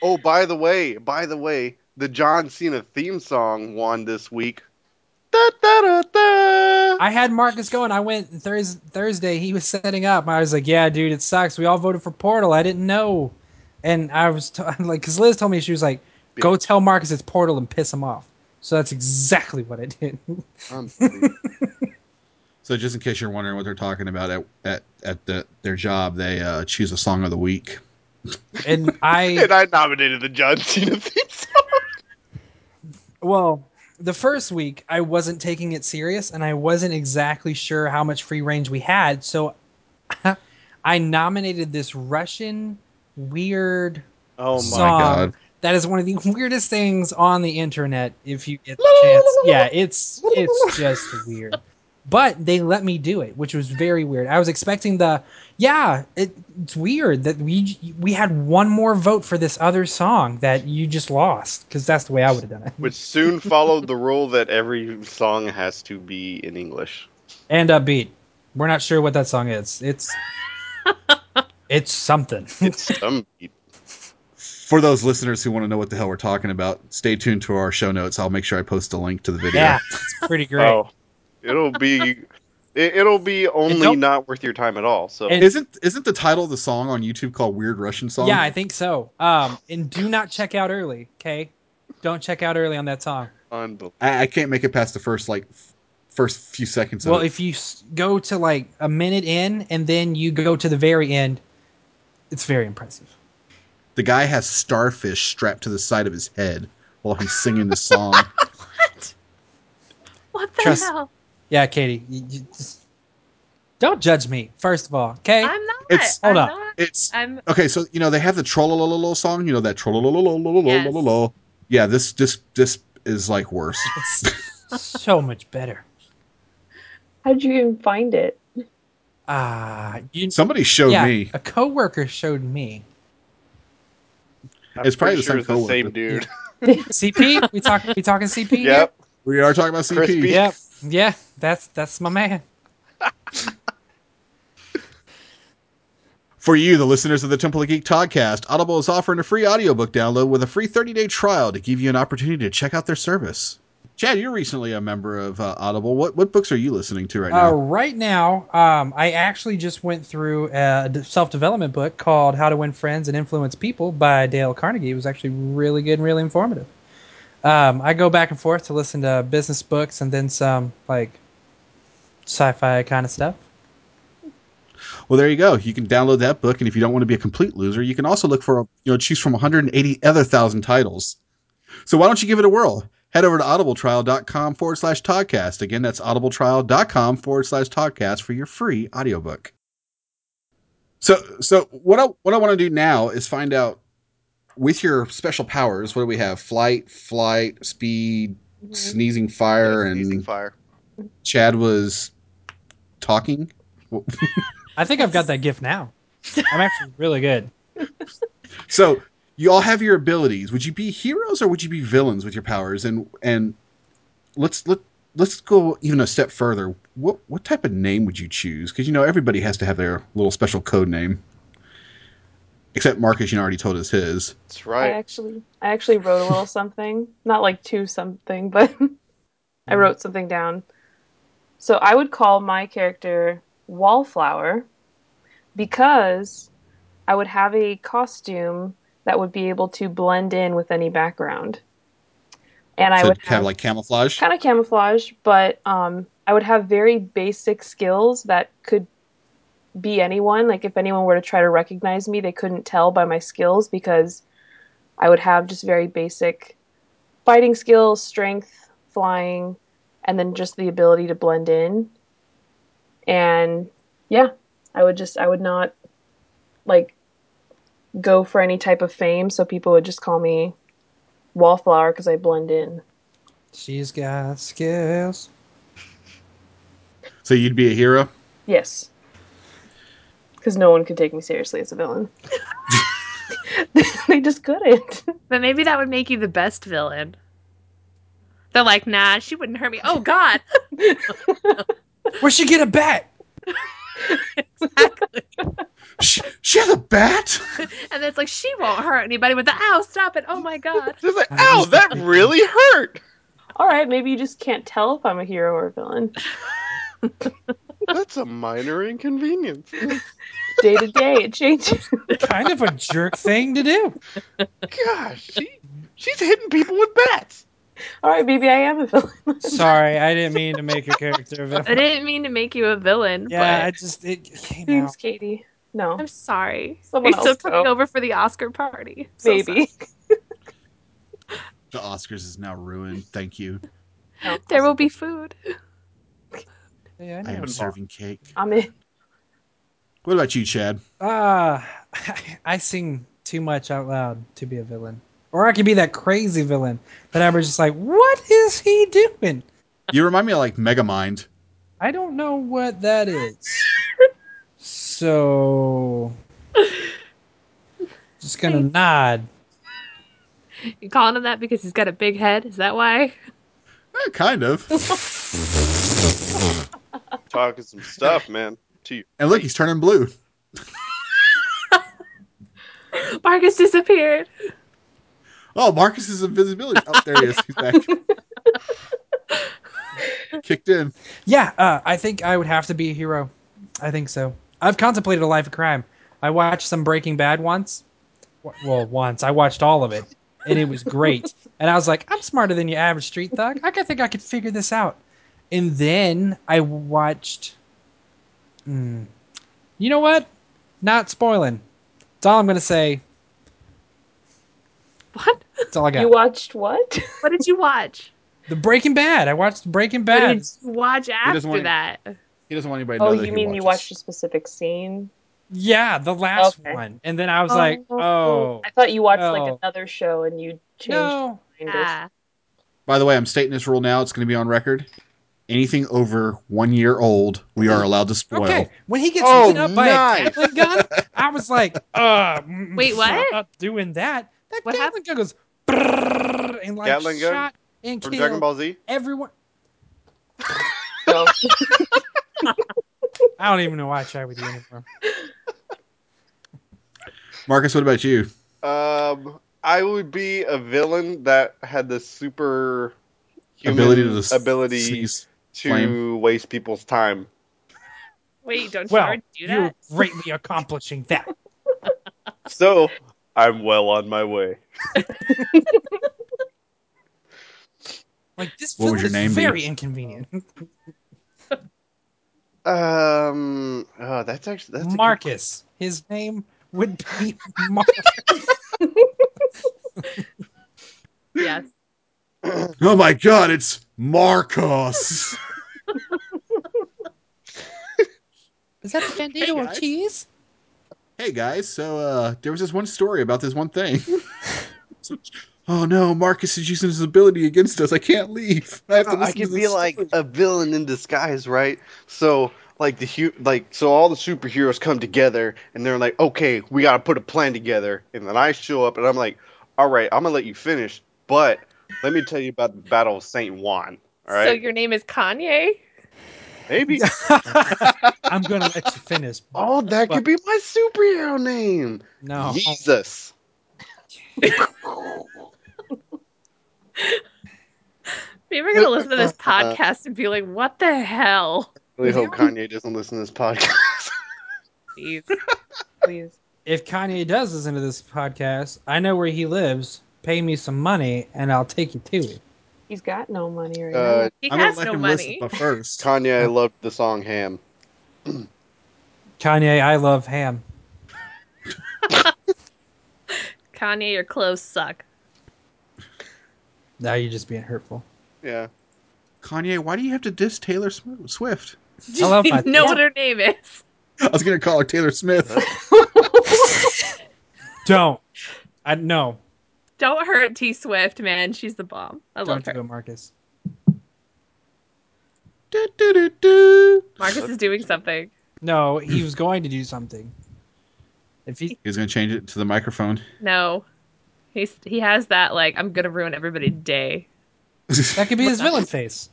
S6: Oh, by the way, by the way, the John Cena theme song won this week. Da, da, da, da.
S5: I had Marcus going. I went Thurs Thursday. He was setting up. I was like, "Yeah, dude, it sucks. We all voted for Portal. I didn't know." And I was t- <laughs> I'm like, because Liz told me she was like, "Go tell Marcus it's Portal and piss him off." So that's exactly what I did. <laughs>
S6: Unbelievable.
S1: so, just in case you're wondering what they're talking about at at, at the, their job, they uh, choose a song of the week.
S5: And I
S6: and I nominated the John <laughs>
S5: <laughs>
S6: Cena theme song.
S5: well, the first week I wasn't taking it serious and I wasn't exactly sure how much free range we had, so <laughs> I nominated this Russian weird
S6: Oh my
S5: song
S6: god!
S5: that is one of the <laughs> weirdest things on the internet if you get the chance. Yeah, it's it's just weird. But they let me do it, which was very weird. I was expecting the yeah, it, it's weird that we we had one more vote for this other song that you just lost cuz that's the way I would have done it.
S6: Which soon followed the rule that every song has to be in English.
S5: And upbeat. We're not sure what that song is. It's it's
S1: <laughs>
S5: something.
S6: It's some beat.
S1: For those listeners who want to know what the hell we're talking about, stay tuned to our show notes. I'll make sure I post a link to the video.
S5: Yeah, it's pretty great.
S6: Oh, it'll be it, it'll be only
S5: don't-
S6: not worth your time at all. So
S5: And-
S1: Isn't isn't the title of the song on YouTube called Weird Russian Song?
S5: Yeah, I think so. Um, and do not check out early, okay? Don't check out early on that song.
S6: unbelievable.
S1: I, I can't make it past the first like f- first few seconds.
S5: well,
S1: of it.
S5: if you s- go to like a minute in and then you go to the very end, it's very impressive.
S1: the guy has starfish strapped to the side of his head while he's singing the
S5: <laughs>
S1: song.
S4: <laughs> What the
S5: Trust-
S4: hell?
S5: Yeah, Katie, you, you just, don't judge me. First of all, okay?
S4: I'm not.
S1: It's-
S4: I'm
S5: hold on.
S4: not.
S1: it's
S4: I'm
S1: okay. So you know they have the trollololo song. You know that trollololo. Yeah, this this this is like worse.
S5: It's so much better.
S3: How'd you even find it?
S5: Ah, you
S1: Somebody showed
S5: yeah,
S1: me.
S5: a coworker showed me.
S6: I'm
S1: It's probably the
S6: pretty
S1: same
S6: sure it's the
S1: coworker. <laughs>
S6: same dude.
S5: CP, we talk we talking CP?
S6: Yep.
S1: We are talking about CP.
S6: Crispy.
S5: Yep. Yeah, that's that's my man.
S1: For you, the listeners of the Temple of Geek podcast, Audible is offering a free audiobook download with a free 30-day trial to give you an opportunity to check out their service. Chad, you're recently a member of uh, Audible. What what books are you listening to right
S5: Uh,
S1: now?
S5: right now, um, I actually just went through a d- self-development book called "How to Win Friends and Influence People" by Dale Carnegie. It was actually really good and really informative. Um, I go back and forth to listen to business books and then some like sci-fi kind of stuff.
S1: Well, there you go. You can download that book, and if you don't want to be a complete loser, you can also look for you know choose from 180 other thousand titles. So why don't you give it a whirl? Head over to audibletrial.com forward slash podcast. Again, that's audibletrial.com forward slash podcast for your free audiobook. So so what I what I want to do now is find out with your special powers, what do we have? Flight, flight, speed, sneezing fire,
S6: Yeah,
S1: and
S6: Mm-hmm. sneezing fire.
S1: Chad was talking.
S5: I think I've got that gift now. I'm actually really good.
S1: So you all have your abilities. Would you be heroes or would you be villains with your powers? And and let's let let's go even a step further. What what type of name would you choose? Because you know everybody has to have their little special code name. Except Marcus, you know, already told us his.
S6: That's
S3: I
S6: right.
S3: actually I actually wrote a little something. Not like two something, but <laughs> I wrote something down. So I would call my character Wallflower because I would have a costume that would be able to blend in with any background. And I
S1: so
S3: would
S1: kind of like camouflage.
S3: kind of camouflage, but um, I would have very basic skills that could be anyone. Like if anyone were to try to recognize me, they couldn't tell by my skills because I would have just very basic fighting skills, strength, flying, and then just the ability to blend in. And yeah, I would just I would not like go for any type of fame, so people would just call me wallflower because I blend in.
S5: She's got skills.
S1: so you'd be a hero.
S3: Yes. Because no one could take me seriously as a villain.
S4: <laughs>
S3: they just couldn't.
S4: But maybe that would make you the best villain. They're like, nah, she wouldn't hurt me. Oh God.
S5: Where'd she get a bat?
S4: Exactly.
S1: She, she has a bat.
S4: and it's like she won't hurt anybody with the ow, stop it. Oh my god.
S6: Just like, ow, that really hurt.
S1: <laughs>
S3: All right, maybe you just can't tell if I'm a hero or a villain.
S6: That's a minor inconvenience.
S3: Day to day, it changes.
S5: Kind of a jerk thing to do.
S6: Gosh, she she's hitting people with bats.
S3: All right, maybe I am a villain.
S5: Sorry, I didn't mean to make your character. a
S4: I
S5: villain.
S4: didn't mean to make you a villain,
S5: Yeah, I
S4: but
S5: just it came out.
S3: Thanks, Katie. No,
S4: I'm sorry.
S3: Someone
S4: You're still
S3: else
S4: coming
S3: go.
S4: over for the Oscar party. So
S3: maybe.
S1: The Oscars is now ruined. Thank you.
S4: sad. There will be food.
S5: Yeah,
S1: I am
S5: know.
S1: serving cake.
S3: I'm in.
S1: What about you, Chad?
S5: Ah, <laughs> I sing too much out loud to be a villain, or I could be that crazy villain that I was just like, "What is he doing?"
S1: You remind me of like Megamind.
S5: I don't know what that is. so, just gonna nod.
S4: You calling him that because he's got a big head? Is that why?
S1: Eh, kind
S3: <laughs>
S1: of.
S6: Talking some stuff, man. To you.
S1: And look, he's turning blue.
S4: Marcus disappeared.
S1: Oh, Marcus's invisibility. Oh, there he is. He's back. Kicked in.
S5: Yeah, uh, I think I would have to be a hero. I think so. I've contemplated a life of crime. I watched some Breaking Bad once. W- Well, once I watched all of it, and it was great. and I was like, I'm smarter than your average street thug. I could think I could figure this out. And then I watched. Hmm. you know what? Not spoiling. That's all I'm gonna say.
S4: What?
S3: <laughs>
S5: That's all I got.
S3: You watched what?
S4: What did you watch?
S5: the Breaking Bad. I watched Breaking
S4: What
S5: Bad.
S4: did you watch after
S1: want-
S4: that?
S1: He doesn't want anybody to
S3: oh,
S1: know that he
S3: you mean you watched
S1: watches.
S3: a specific scene?
S5: yeah, the last
S3: Okay.
S5: one. And then I was like, oh.
S3: I thought you watched like
S5: well.
S3: another show and you changed.
S5: No,
S3: your mind or
S4: Ah,
S1: By the way, I'm stating this rule now. It's going to be on record. Anything over one year old, we are allowed to spoil.
S5: Okay, when he gets
S6: Oh,
S5: lit up by a
S6: nice.
S5: Gatling gun, I was like, uh, mm,
S4: Wait, what?
S5: I'm not doing that. That
S4: What
S5: Gatling gun goes brrrr and like
S6: Gatling gun?
S5: shot and
S6: From
S5: killed
S6: Dragon Ball Z?
S5: everyone.
S3: No.
S5: I don't even know why I tried with you anymore.
S1: Marcus, what about you?
S6: Um, I would be a villain that had the super human
S1: ability to s-
S6: ability
S1: sneeze.
S6: to
S1: flame.
S6: waste people's time.
S4: wait, don't you
S5: Well,
S4: already do
S5: you're
S4: that?
S5: greatly accomplishing that.
S6: So I'm well on my way.
S5: Like this
S1: What would
S5: film
S1: your
S5: is
S1: name be?
S5: very inconvenient.
S6: Um, oh, that's actually that's a good-
S5: Marcus, his name would be Marcus.
S4: Yes.
S1: Oh my God, it's Marcos.
S5: Is that the
S1: Hey,
S5: bandito
S1: guys.
S5: of cheese?
S1: <laughs> hey guys, so uh, there was this one story about this one thing.
S6: <laughs>
S1: oh no, Marcus is using his ability against us. I can't leave. I have to
S6: I
S1: listen to
S6: could
S1: this
S6: be like
S1: story.
S6: a villain in disguise, right? So like the hu- like so all the superheroes come together and they're like, "Okay, we got to put a plan together." And then I show up and I'm like, "All right, I'm going to let you finish, but let me tell you about the Battle of St. Juan."
S4: So
S6: All right?
S4: your name is Kanye?
S6: Maybe
S5: I'm gonna let you finish.
S6: <laughs> Oh, that could be my superhero name.
S5: No.
S6: Jesus.
S4: People are gonna listen to this podcast and be like, "What the hell?"
S6: really hope Kanye doesn't listen to this podcast. <laughs>
S4: Jeez.
S3: Please.
S5: if Kanye does listen to this podcast, I know where he lives. Pay me some money, and I'll take you to it.
S3: He's got no money right
S6: uh,
S4: He
S1: I'm
S4: has
S1: gonna let
S4: no
S1: him listen,
S4: money.
S1: but
S6: <laughs>
S1: first,
S6: Kanye, I loved the song Ham.
S5: Kanye, I love ham.
S4: Kanye, your clothes suck.
S5: Now you're just
S4: <laughs>
S5: being hurtful.
S6: Yeah.
S1: Kanye, why do you have to diss Taylor Sm- Swift?
S4: <laughs>
S5: I love my.
S4: know what her name is.
S1: <laughs> I was gonna call her Taylor Smith.
S5: Don't. I no.
S4: Don't hurt T Swift, man. She's the bomb. I love
S5: Don't do
S4: her.
S5: it, Marcus.
S1: <laughs> Do, do, do, do.
S4: Marcus is doing something.
S5: No, he was going to do something. If he,
S1: He was gonna change it to the <laughs> microphone.
S4: No, he's he has that like I'm gonna ruin everybody's day.
S5: that could be his villain face.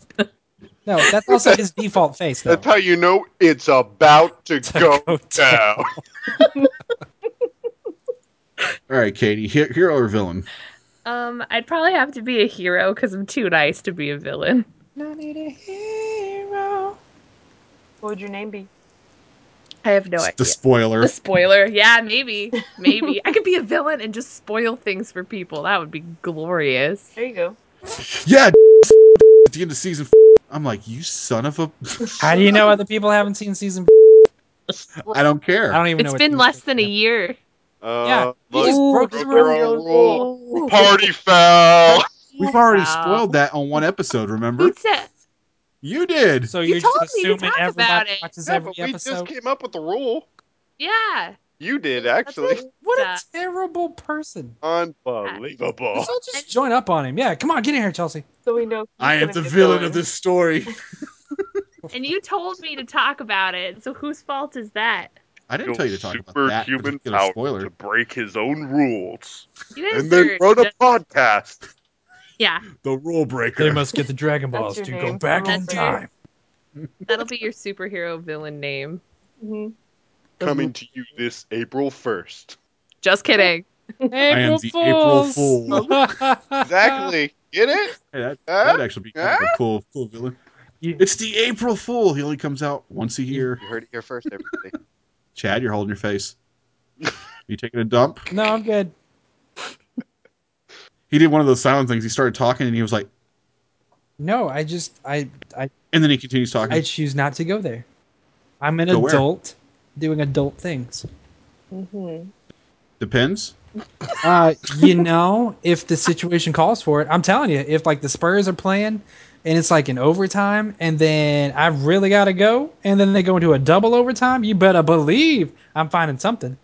S5: No, that's also his default face though.
S6: That's how you know it's about
S5: <laughs>
S6: to, go,
S5: go
S6: down.
S1: All right, Katie, he- hero or villain?
S4: Um, I'd probably have to be a hero because I'm too nice to be a villain.
S5: I need a hero.
S3: What would your name be?
S4: I have no
S1: It's the
S4: idea.
S1: spoiler.
S4: The spoiler, yeah, <laughs> maybe, maybe I could be a villain and just spoil things for people. That would be glorious.
S3: There you go.
S1: <laughs> yeah, at the end of season. I'm like, you son of a.
S5: How do you know other people haven't seen season?
S1: I don't care.
S5: I don't even
S4: It's
S5: know.
S4: been
S5: what
S4: less than a year.
S6: Uh,
S5: Yeah. You just
S6: look, broke
S5: broke the
S6: their
S5: rule.
S6: own rule. Party foul.
S1: We've already
S4: Wow.
S1: spoiled that on one episode, remember?
S4: Who said?
S1: You did.
S5: So
S4: You
S5: you're just
S4: told me to
S5: assuming
S4: talk about
S5: everybody
S4: it.
S5: watches
S6: Yeah,
S5: every
S6: but we
S5: episode.
S6: just came up with the rule.
S4: Yeah.
S6: You did
S4: That's
S6: actually.
S5: What a
S4: Uh,
S5: terrible person.
S6: Unbelievable.
S5: So just join up on him. Yeah, come on, get in here, Chelsea.
S3: So we know. who's
S1: I am
S3: gonna
S1: the
S3: be
S1: villain
S3: villain.
S1: of this story.
S4: And you told me to talk about it. So whose fault is that?
S1: I didn't tell you to talk about that
S6: Superhuman
S1: particular
S6: power
S1: spoiler.
S6: to break his own rules,
S4: You guys
S6: and then
S4: are
S6: wrote a
S4: just-
S6: podcast.
S4: yeah.
S1: The rule breaker.
S5: get the Dragon
S3: That's Balls your to go name, back Dragon in Ball.
S5: <laughs>
S3: time.
S4: That'll be your superhero villain name. Mm-hmm.
S3: Mhm.
S6: Coming to you this April
S5: <laughs>
S6: first.
S4: Just kidding.
S1: I am the April Fool.
S6: <laughs> Exactly. Get it?
S1: Hey, that,
S6: Huh?
S1: that'd actually be kind of
S6: Huh?
S1: a cool, cool villain.
S5: You-
S1: It's the April Fool. He only comes out once a year.
S6: You heard it here first, everybody.
S1: Chad, you're holding your face. you taking a dump?
S5: <laughs> no, I'm good.
S1: He did one of those silent things. He started talking and he was like,
S5: No, I just I I
S1: and then he continues talking.
S5: I choose not to go there. I'm an
S1: Go where?
S5: adult doing adult things.
S1: Depends.
S5: Uh, you know, if the situation calls for it, I'm telling you, if like the Spurs are playing and it's like an overtime and then I really got to go and then they go into a double overtime, you better believe I'm finding something.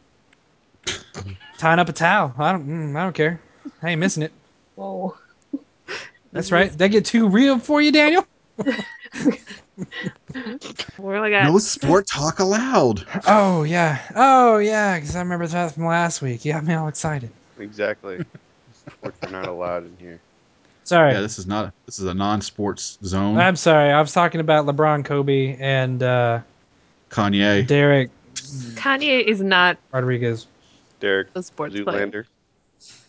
S5: Tying up a towel. I don't mm, I don't care. I ain't missing it.
S3: Whoa.
S5: That's right. They get too real for you, Daniel.
S4: We're like a,
S1: No sport talk allowed.
S5: Oh yeah. Oh yeah, cuz I remember that from last week. You got me all excited.
S6: <laughs>
S5: <laughs>
S6: Exactly. Sports are not allowed in here.
S5: Sorry.
S1: Yeah, this is not. This is a non-sports zone.
S5: I'm sorry. I was talking about LeBron, Kobe and uh
S4: <laughs>
S1: Kanye.
S5: Derek
S4: Kanye is not
S5: Rodriguez.
S6: Derek
S4: a sports player.
S6: Zoolander.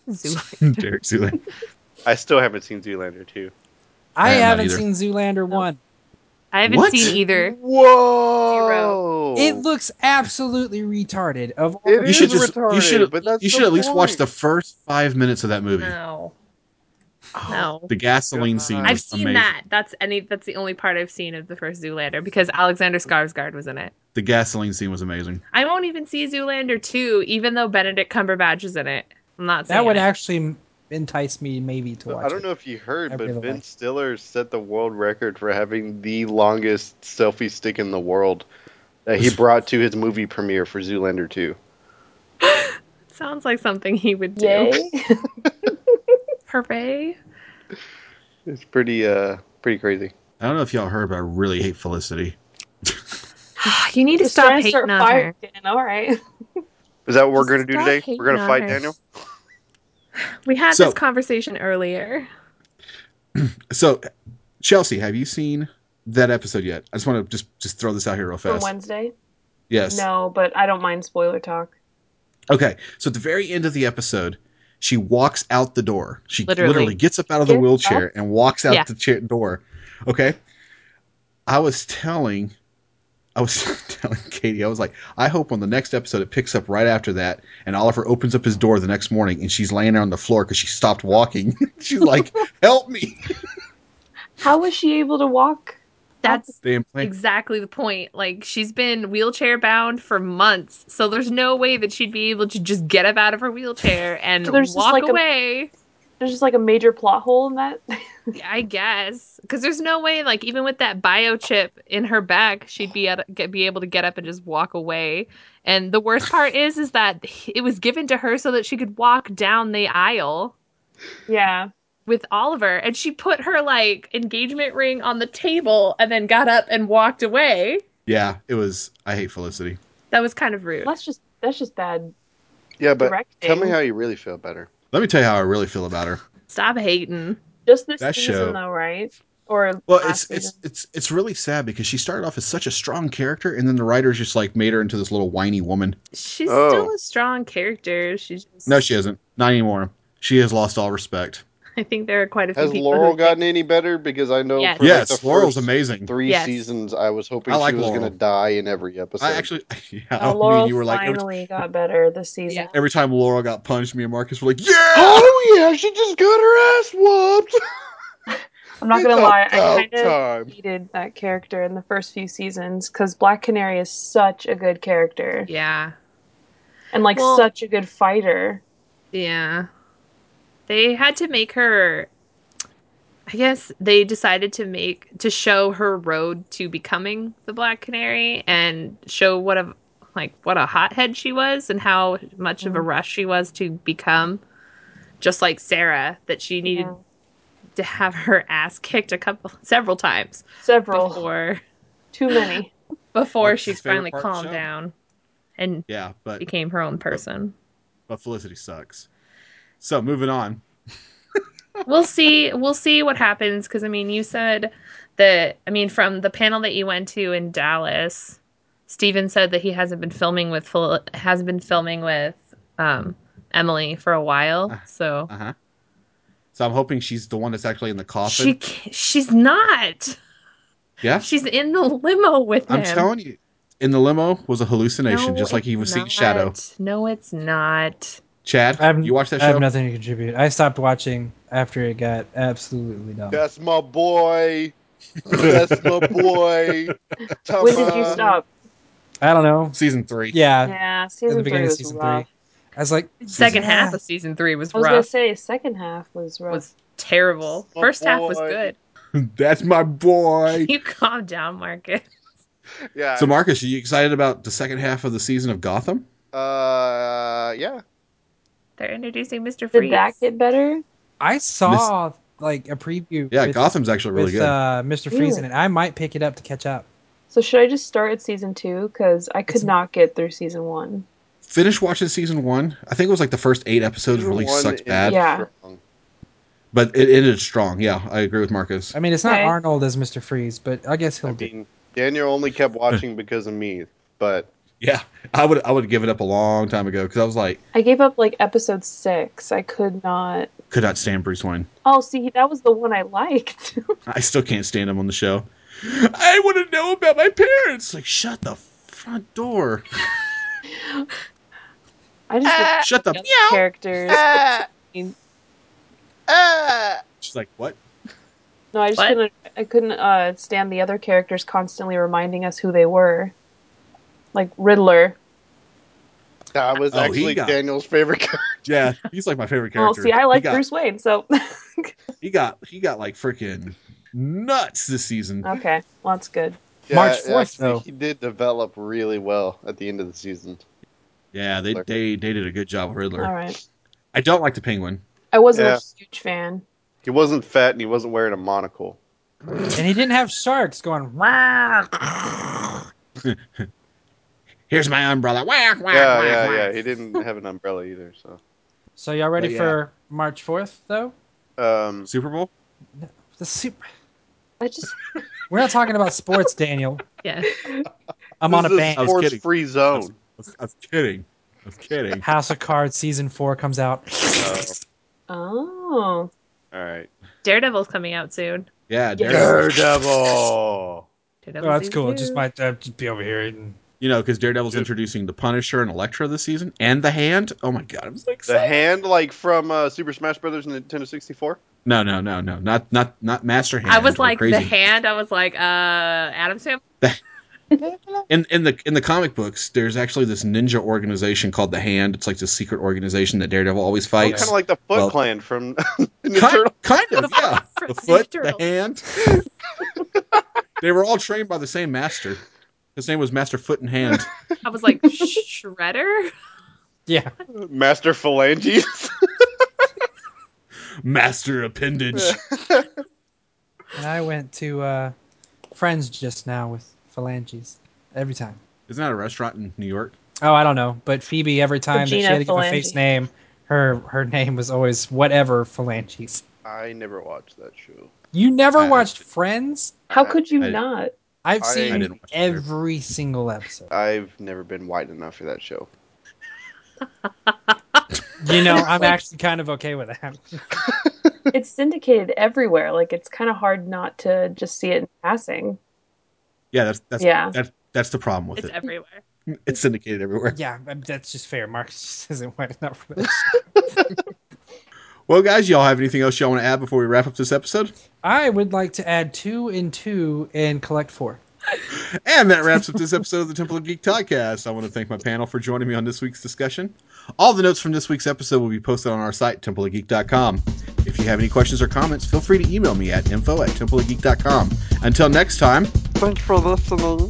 S4: Zoolander.
S1: <laughs> Derek Zoolander.
S6: I still haven't seen Zoolander too.
S1: I
S5: I,
S1: have not
S5: haven't
S1: either.
S5: seen Zoolander 1.
S4: I haven't
S1: What?
S4: seen either.
S6: Whoa!
S5: It looks absolutely retarded. Of all
S6: Oh. It
S5: the-
S1: You should
S6: is
S1: just. you
S6: retarded,
S1: should.
S6: but that's
S1: you
S6: the
S1: should at least watch
S6: point.
S1: the first five minutes of that movie.
S4: No. No.
S1: The gasoline scene.
S6: God.
S1: Oh, Was
S4: I've seen
S1: amazing.
S4: that. That's any. That's the only part I've seen of the first Zoolander because Alexander Skarsgård was in it.
S1: The gasoline scene was amazing.
S4: I won't even see Zoolander two, even though Benedict Cumberbatch is in it. I'm not.
S5: that
S4: seeing
S5: would
S4: it.
S5: actually entice me maybe to watch
S6: I don't
S5: it.
S6: know if you heard,
S5: I
S6: but
S5: really
S6: Ben
S5: like-
S6: Stiller set the world record for having the longest selfie stick in the world that he brought to his movie premiere for Zoolander 2.
S4: Sounds like something he would do.
S3: Yay. <laughs>
S4: Hooray! <sighs>
S6: It's pretty, uh, pretty crazy.
S1: I don't know if y'all heard, but I really hate Felicity.
S4: you need to
S3: Just trying
S4: stop
S3: to start
S4: hating on
S3: fire
S4: her.
S3: again. All right.
S6: Is that what we're
S4: Just
S6: gonna do
S4: stop
S6: today?
S4: hating
S6: We're gonna
S4: on
S6: fight
S4: her.
S6: Daniel.
S4: We had
S1: So-
S4: this conversation earlier.
S1: So, Chelsea, have you seen that episode yet? I just want to just just throw this out here real
S3: From
S1: fast.
S3: Wednesday.
S1: Yes.
S3: No, but I don't mind spoiler talk.
S1: Okay. So at the very end of the episode, she walks out the door. She literally,
S4: Literally.
S1: gets up out of the
S3: Gets
S1: wheelchair and walks out
S4: Yeah.
S1: the chair door. Okay. I was telling, I was <laughs> telling Katie, I was like, I hope on the next episode it picks up right after that, and Oliver opens up his door the next morning, and she's laying there on the floor because she stopped walking. <laughs> she's like, "Help me!"
S3: How was she able to walk?
S4: That's
S1: They implant.
S4: exactly the point. Like she's been wheelchair bound for months, so there's no way that she'd be able to just get up out of
S3: <laughs>
S4: her wheelchair and
S3: So there's just
S4: walk
S3: like a-
S4: away.
S3: There's just like a major plot hole in that. <laughs>
S4: I guess because there's no way, like even with that biochip in her back, she'd be at, get, be able to get up and just walk away. And the worst
S3: <sighs>
S4: part is, is that it was given to her so that she could walk down the aisle
S3: yeah.
S4: with Oliver, and she put her like engagement ring on the table and then got up and walked away.
S1: Yeah, it was. I hate Felicity.
S4: That was kind of rude.
S3: That's just that's just bad.
S6: Yeah, but
S3: Directing.
S6: tell me how you really feel better.
S1: Let me tell you how I really feel about her.
S4: Stop hating.
S3: Just this
S1: That
S3: season
S1: show-
S3: though, right? Or
S1: Well,
S3: last
S1: it's it's
S3: season.
S1: it's it's really sad because she started off as such a strong character, and then the writers just like made her into this little whiny woman.
S4: She's
S6: Oh.
S4: still a strong character. She's just,
S1: No, she isn't. Not anymore. She has lost all respect.
S4: <laughs> I think there are quite a few
S6: Has
S4: people.
S6: Laurel
S4: who-
S6: gotten any better? Because I know
S4: Yes.
S6: for
S1: yes,
S6: like the
S1: Laurel's
S6: first
S1: amazing.
S6: three
S4: Yes.
S6: seasons, I was hoping
S1: I like
S6: she was
S1: Laurel.
S6: gonna die in every episode.
S1: I actually, <laughs> yeah,
S4: Uh,
S1: me
S3: Now,
S1: and
S3: Uh, Laurel
S1: you were like every,
S3: finally got better this season.
S4: Yeah.
S1: every time Laurel got
S4: <gasps>
S1: punched, me and Marcus were like, yeah.
S6: Oh yeah, she just got her ass whooped.
S3: I'm not gonna
S6: It's
S3: lie,
S6: about
S3: I kind
S6: time.
S3: of hated that character in the first few seasons because Black Canary is such a good character
S4: Yeah.
S3: and like
S4: Well-
S3: such a good fighter.
S4: Yeah. They had to make her I guess they decided to make to show her road to becoming the Black Canary and show what a like what a hothead she was and how much of a rush she was to become just like Sarah that she needed
S3: Yeah.
S4: to have her ass kicked a couple several times
S3: Several,
S4: before
S3: too
S4: <laughs>
S3: many.
S4: before
S1: What's
S4: she
S1: his favorite
S4: finally
S1: part of the
S4: calmed
S1: show?
S4: down and
S1: Yeah, but
S4: became her own person.
S1: but Felicity sucks. So moving on.
S4: we'll see we'll see what happens because i mean you said that i mean from the panel that you went to in dallas steven said that he hasn't been filming with Fel- has been filming with um, emily for a while so
S1: Uh huh. So I'm hoping she's the one that's actually in the coffin.
S4: she ca- she's not
S1: yeah,
S4: she's in the limo with
S1: I'm
S4: him
S1: telling you, in the limo was a hallucination,
S4: No,
S1: just like he
S4: it's
S1: was seeing
S4: not.
S1: Shadow.
S4: no it's not
S1: Chad,
S5: I have,
S1: you watch that
S5: I
S1: show?
S5: have nothing to contribute. I stopped watching after it got absolutely dumb.
S6: That's my boy. That's my boy. Tama.
S3: When did you stop?
S5: I don't know.
S1: Season three.
S5: Yeah,
S3: Yeah,
S5: at the
S3: season three
S5: beginning of
S3: was
S5: season
S3: rough.
S5: three, I was like
S4: second
S5: yeah.
S4: half of season three was
S3: I was gonna
S4: rough
S3: say second half was rough.
S4: was terrible
S6: Oh,
S4: first half was
S6: boy.
S4: good
S1: <laughs> that's my
S3: <laughs>
S1: boy.
S4: you calm down marcus <laughs>
S6: Yeah.
S1: So Marcus, are you excited about the second half of the season of Gotham?
S6: uh, yeah.
S4: They're introducing Mr.
S3: Did
S4: Freeze.
S3: that get better?
S5: I saw like a preview.
S1: Yeah,
S5: with,
S1: Gotham's actually really
S5: with
S1: good.
S5: Uh, Mr. Freeze in
S3: Really?
S5: it. I might pick it up to catch up.
S3: So should I just start at season two? Because I could
S5: It's-
S3: not get through season one.
S1: Finish watching season one. I think it was like the first eight episodes
S6: Season
S1: really
S6: one
S1: sucked
S6: is
S1: bad,
S3: Yeah.
S6: strong.
S1: but it ended strong. Yeah, I agree with Marcus.
S5: I mean, it's not
S3: Okay.
S5: Arnold as Mr. Freeze, but I guess he'll
S6: I
S5: do.
S6: mean, Daniel only kept watching because of me, but
S1: Yeah, I would I would give it up a long time ago because I was like,
S3: I gave up like episode six. I could not.
S1: could not stand Bruce Wayne.
S3: Oh, see, that was the one I liked. <laughs>
S1: I still can't stand him on the show. <gasps> I want to know about my parents. Like, shut the front
S3: <laughs>
S1: door.
S3: I just like
S1: Shut the.
S3: the other characters. I mean,
S1: She's like, what?
S3: no, I just
S4: What?
S3: couldn't. I couldn't uh, stand the other characters constantly reminding us who they were. Like Riddler.
S6: that was
S1: Oh, he
S6: actually
S1: got-
S6: Daniel's favorite character.
S1: Yeah, he's like my favorite
S3: Well,
S1: character.
S3: Oh, see, I
S1: he
S3: like
S1: got,
S3: Bruce Wayne, so <laughs>
S1: He got he got like freaking nuts this season.
S3: okay, well, that's good.
S5: <laughs> March 4th,
S6: actually,
S5: though.
S6: He did develop really well at the end of the season.
S1: Yeah, they they, they did a good job with Riddler.
S3: All right,
S1: I don't like the Penguin.
S3: I wasn't
S6: Yeah.
S3: a huge fan.
S6: He wasn't fat and he wasn't wearing
S3: <laughs>
S6: a monocle.
S5: And he didn't have sharks going. Wow.
S1: Here's my umbrella. Whack whack
S6: yeah,
S1: whack
S6: yeah,
S1: whack.
S6: yeah. He didn't have an umbrella either. So,
S5: So y'all ready
S1: But yeah.
S5: for March fourth though?
S6: um,
S1: Super Bowl.
S5: The super.
S3: I just
S5: We're not talking about sports, Daniel.
S4: yeah.
S5: I'm
S6: this
S5: on a
S6: is
S5: band.
S1: I was
S6: sports
S1: kidding.
S6: free zone.
S1: I was, I was kidding. I was kidding.
S5: House of Cards season four comes out.
S3: oh,
S6: all right,
S4: Daredevil's coming out soon.
S1: Yeah,
S3: Yes.
S1: Daredevil.
S6: Daredevil.
S4: Daredevil
S5: Oh, that's
S4: season
S5: cool.
S4: two.
S5: Just might uh, just be over here. And...
S1: You know, because Daredevil's introducing the Punisher and Elektra this season, and the Hand. Oh my god, I'm so
S6: The
S1: excited.
S6: hand, like from uh, Super Smash Brothers and Nintendo 64.
S1: no, no, no, no, not not not Master Hand.
S4: I was
S1: We're
S4: like
S1: crazy.
S4: the hand. I was like uh Adam Sam.
S1: In in the in the comic books, there's actually this ninja organization called the Hand. It's like this secret organization that Daredevil always
S6: Kind
S1: fights.
S6: of like the Foot
S1: Well-
S6: Clan from <laughs>
S1: Ki-
S6: Ninja
S1: kind of, yeah.
S4: From
S1: The
S4: Ninja
S1: foot, the
S4: Turtles.
S1: hand. <laughs> they were all trained by the same master. His name was Master Foot and <laughs> Hand.
S4: I was like Shredder.
S5: Yeah.
S6: Turtles. Master Phalanges. <laughs>
S1: Master Appendage.
S5: And I went to uh, Friends just now with phalanges every time.
S1: Isn't that a restaurant in New York?
S5: Oh, I don't know, but Phoebe every time that she
S3: Regina
S5: had to give a
S3: Phalange.
S5: face name, her her name was always whatever phalanges.
S6: I never watched that show.
S5: You never
S1: I-
S5: watched Friends?
S3: how could you
S1: I-
S3: not?
S5: I've
S6: I-
S1: didn't
S6: I
S1: watch
S5: seen
S1: it either.
S5: every single episode.
S6: I've never been wide enough for that show.
S5: You know, I'm actually kind of okay with that. <laughs>
S3: It's syndicated everywhere. Like it's kind of hard not to just see it in passing.
S1: Yeah, that's that's
S3: Yeah.
S1: that's that's the problem with
S4: It's
S1: it.
S4: everywhere.
S1: it's syndicated everywhere.
S5: <laughs> Yeah, but that's just fair. Marcus just isn't wide enough for that.
S1: Well, guys, y'all have anything else y'all want to add before we wrap up this episode?
S5: I would like to add two and two and collect four.
S1: And that wraps up this episode of the Temple of Geek podcast. I want to thank my panel for joining me on this week's discussion. All the notes from this week's episode will be posted on our site, templeofgeek.com. If you have any questions or comments, feel free to email me at info at templeofgeek.com. Until next time,
S6: Thanks for listening.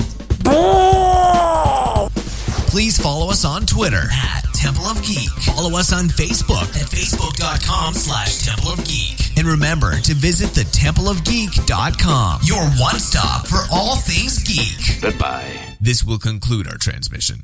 S2: Please follow us on Twitter at Temple of Geek. Follow us on Facebook at facebook.com slash Temple of Geek. And remember to visit the templeofgeek.com, your one stop for all things geek.
S7: Goodbye.
S2: This will conclude our transmission.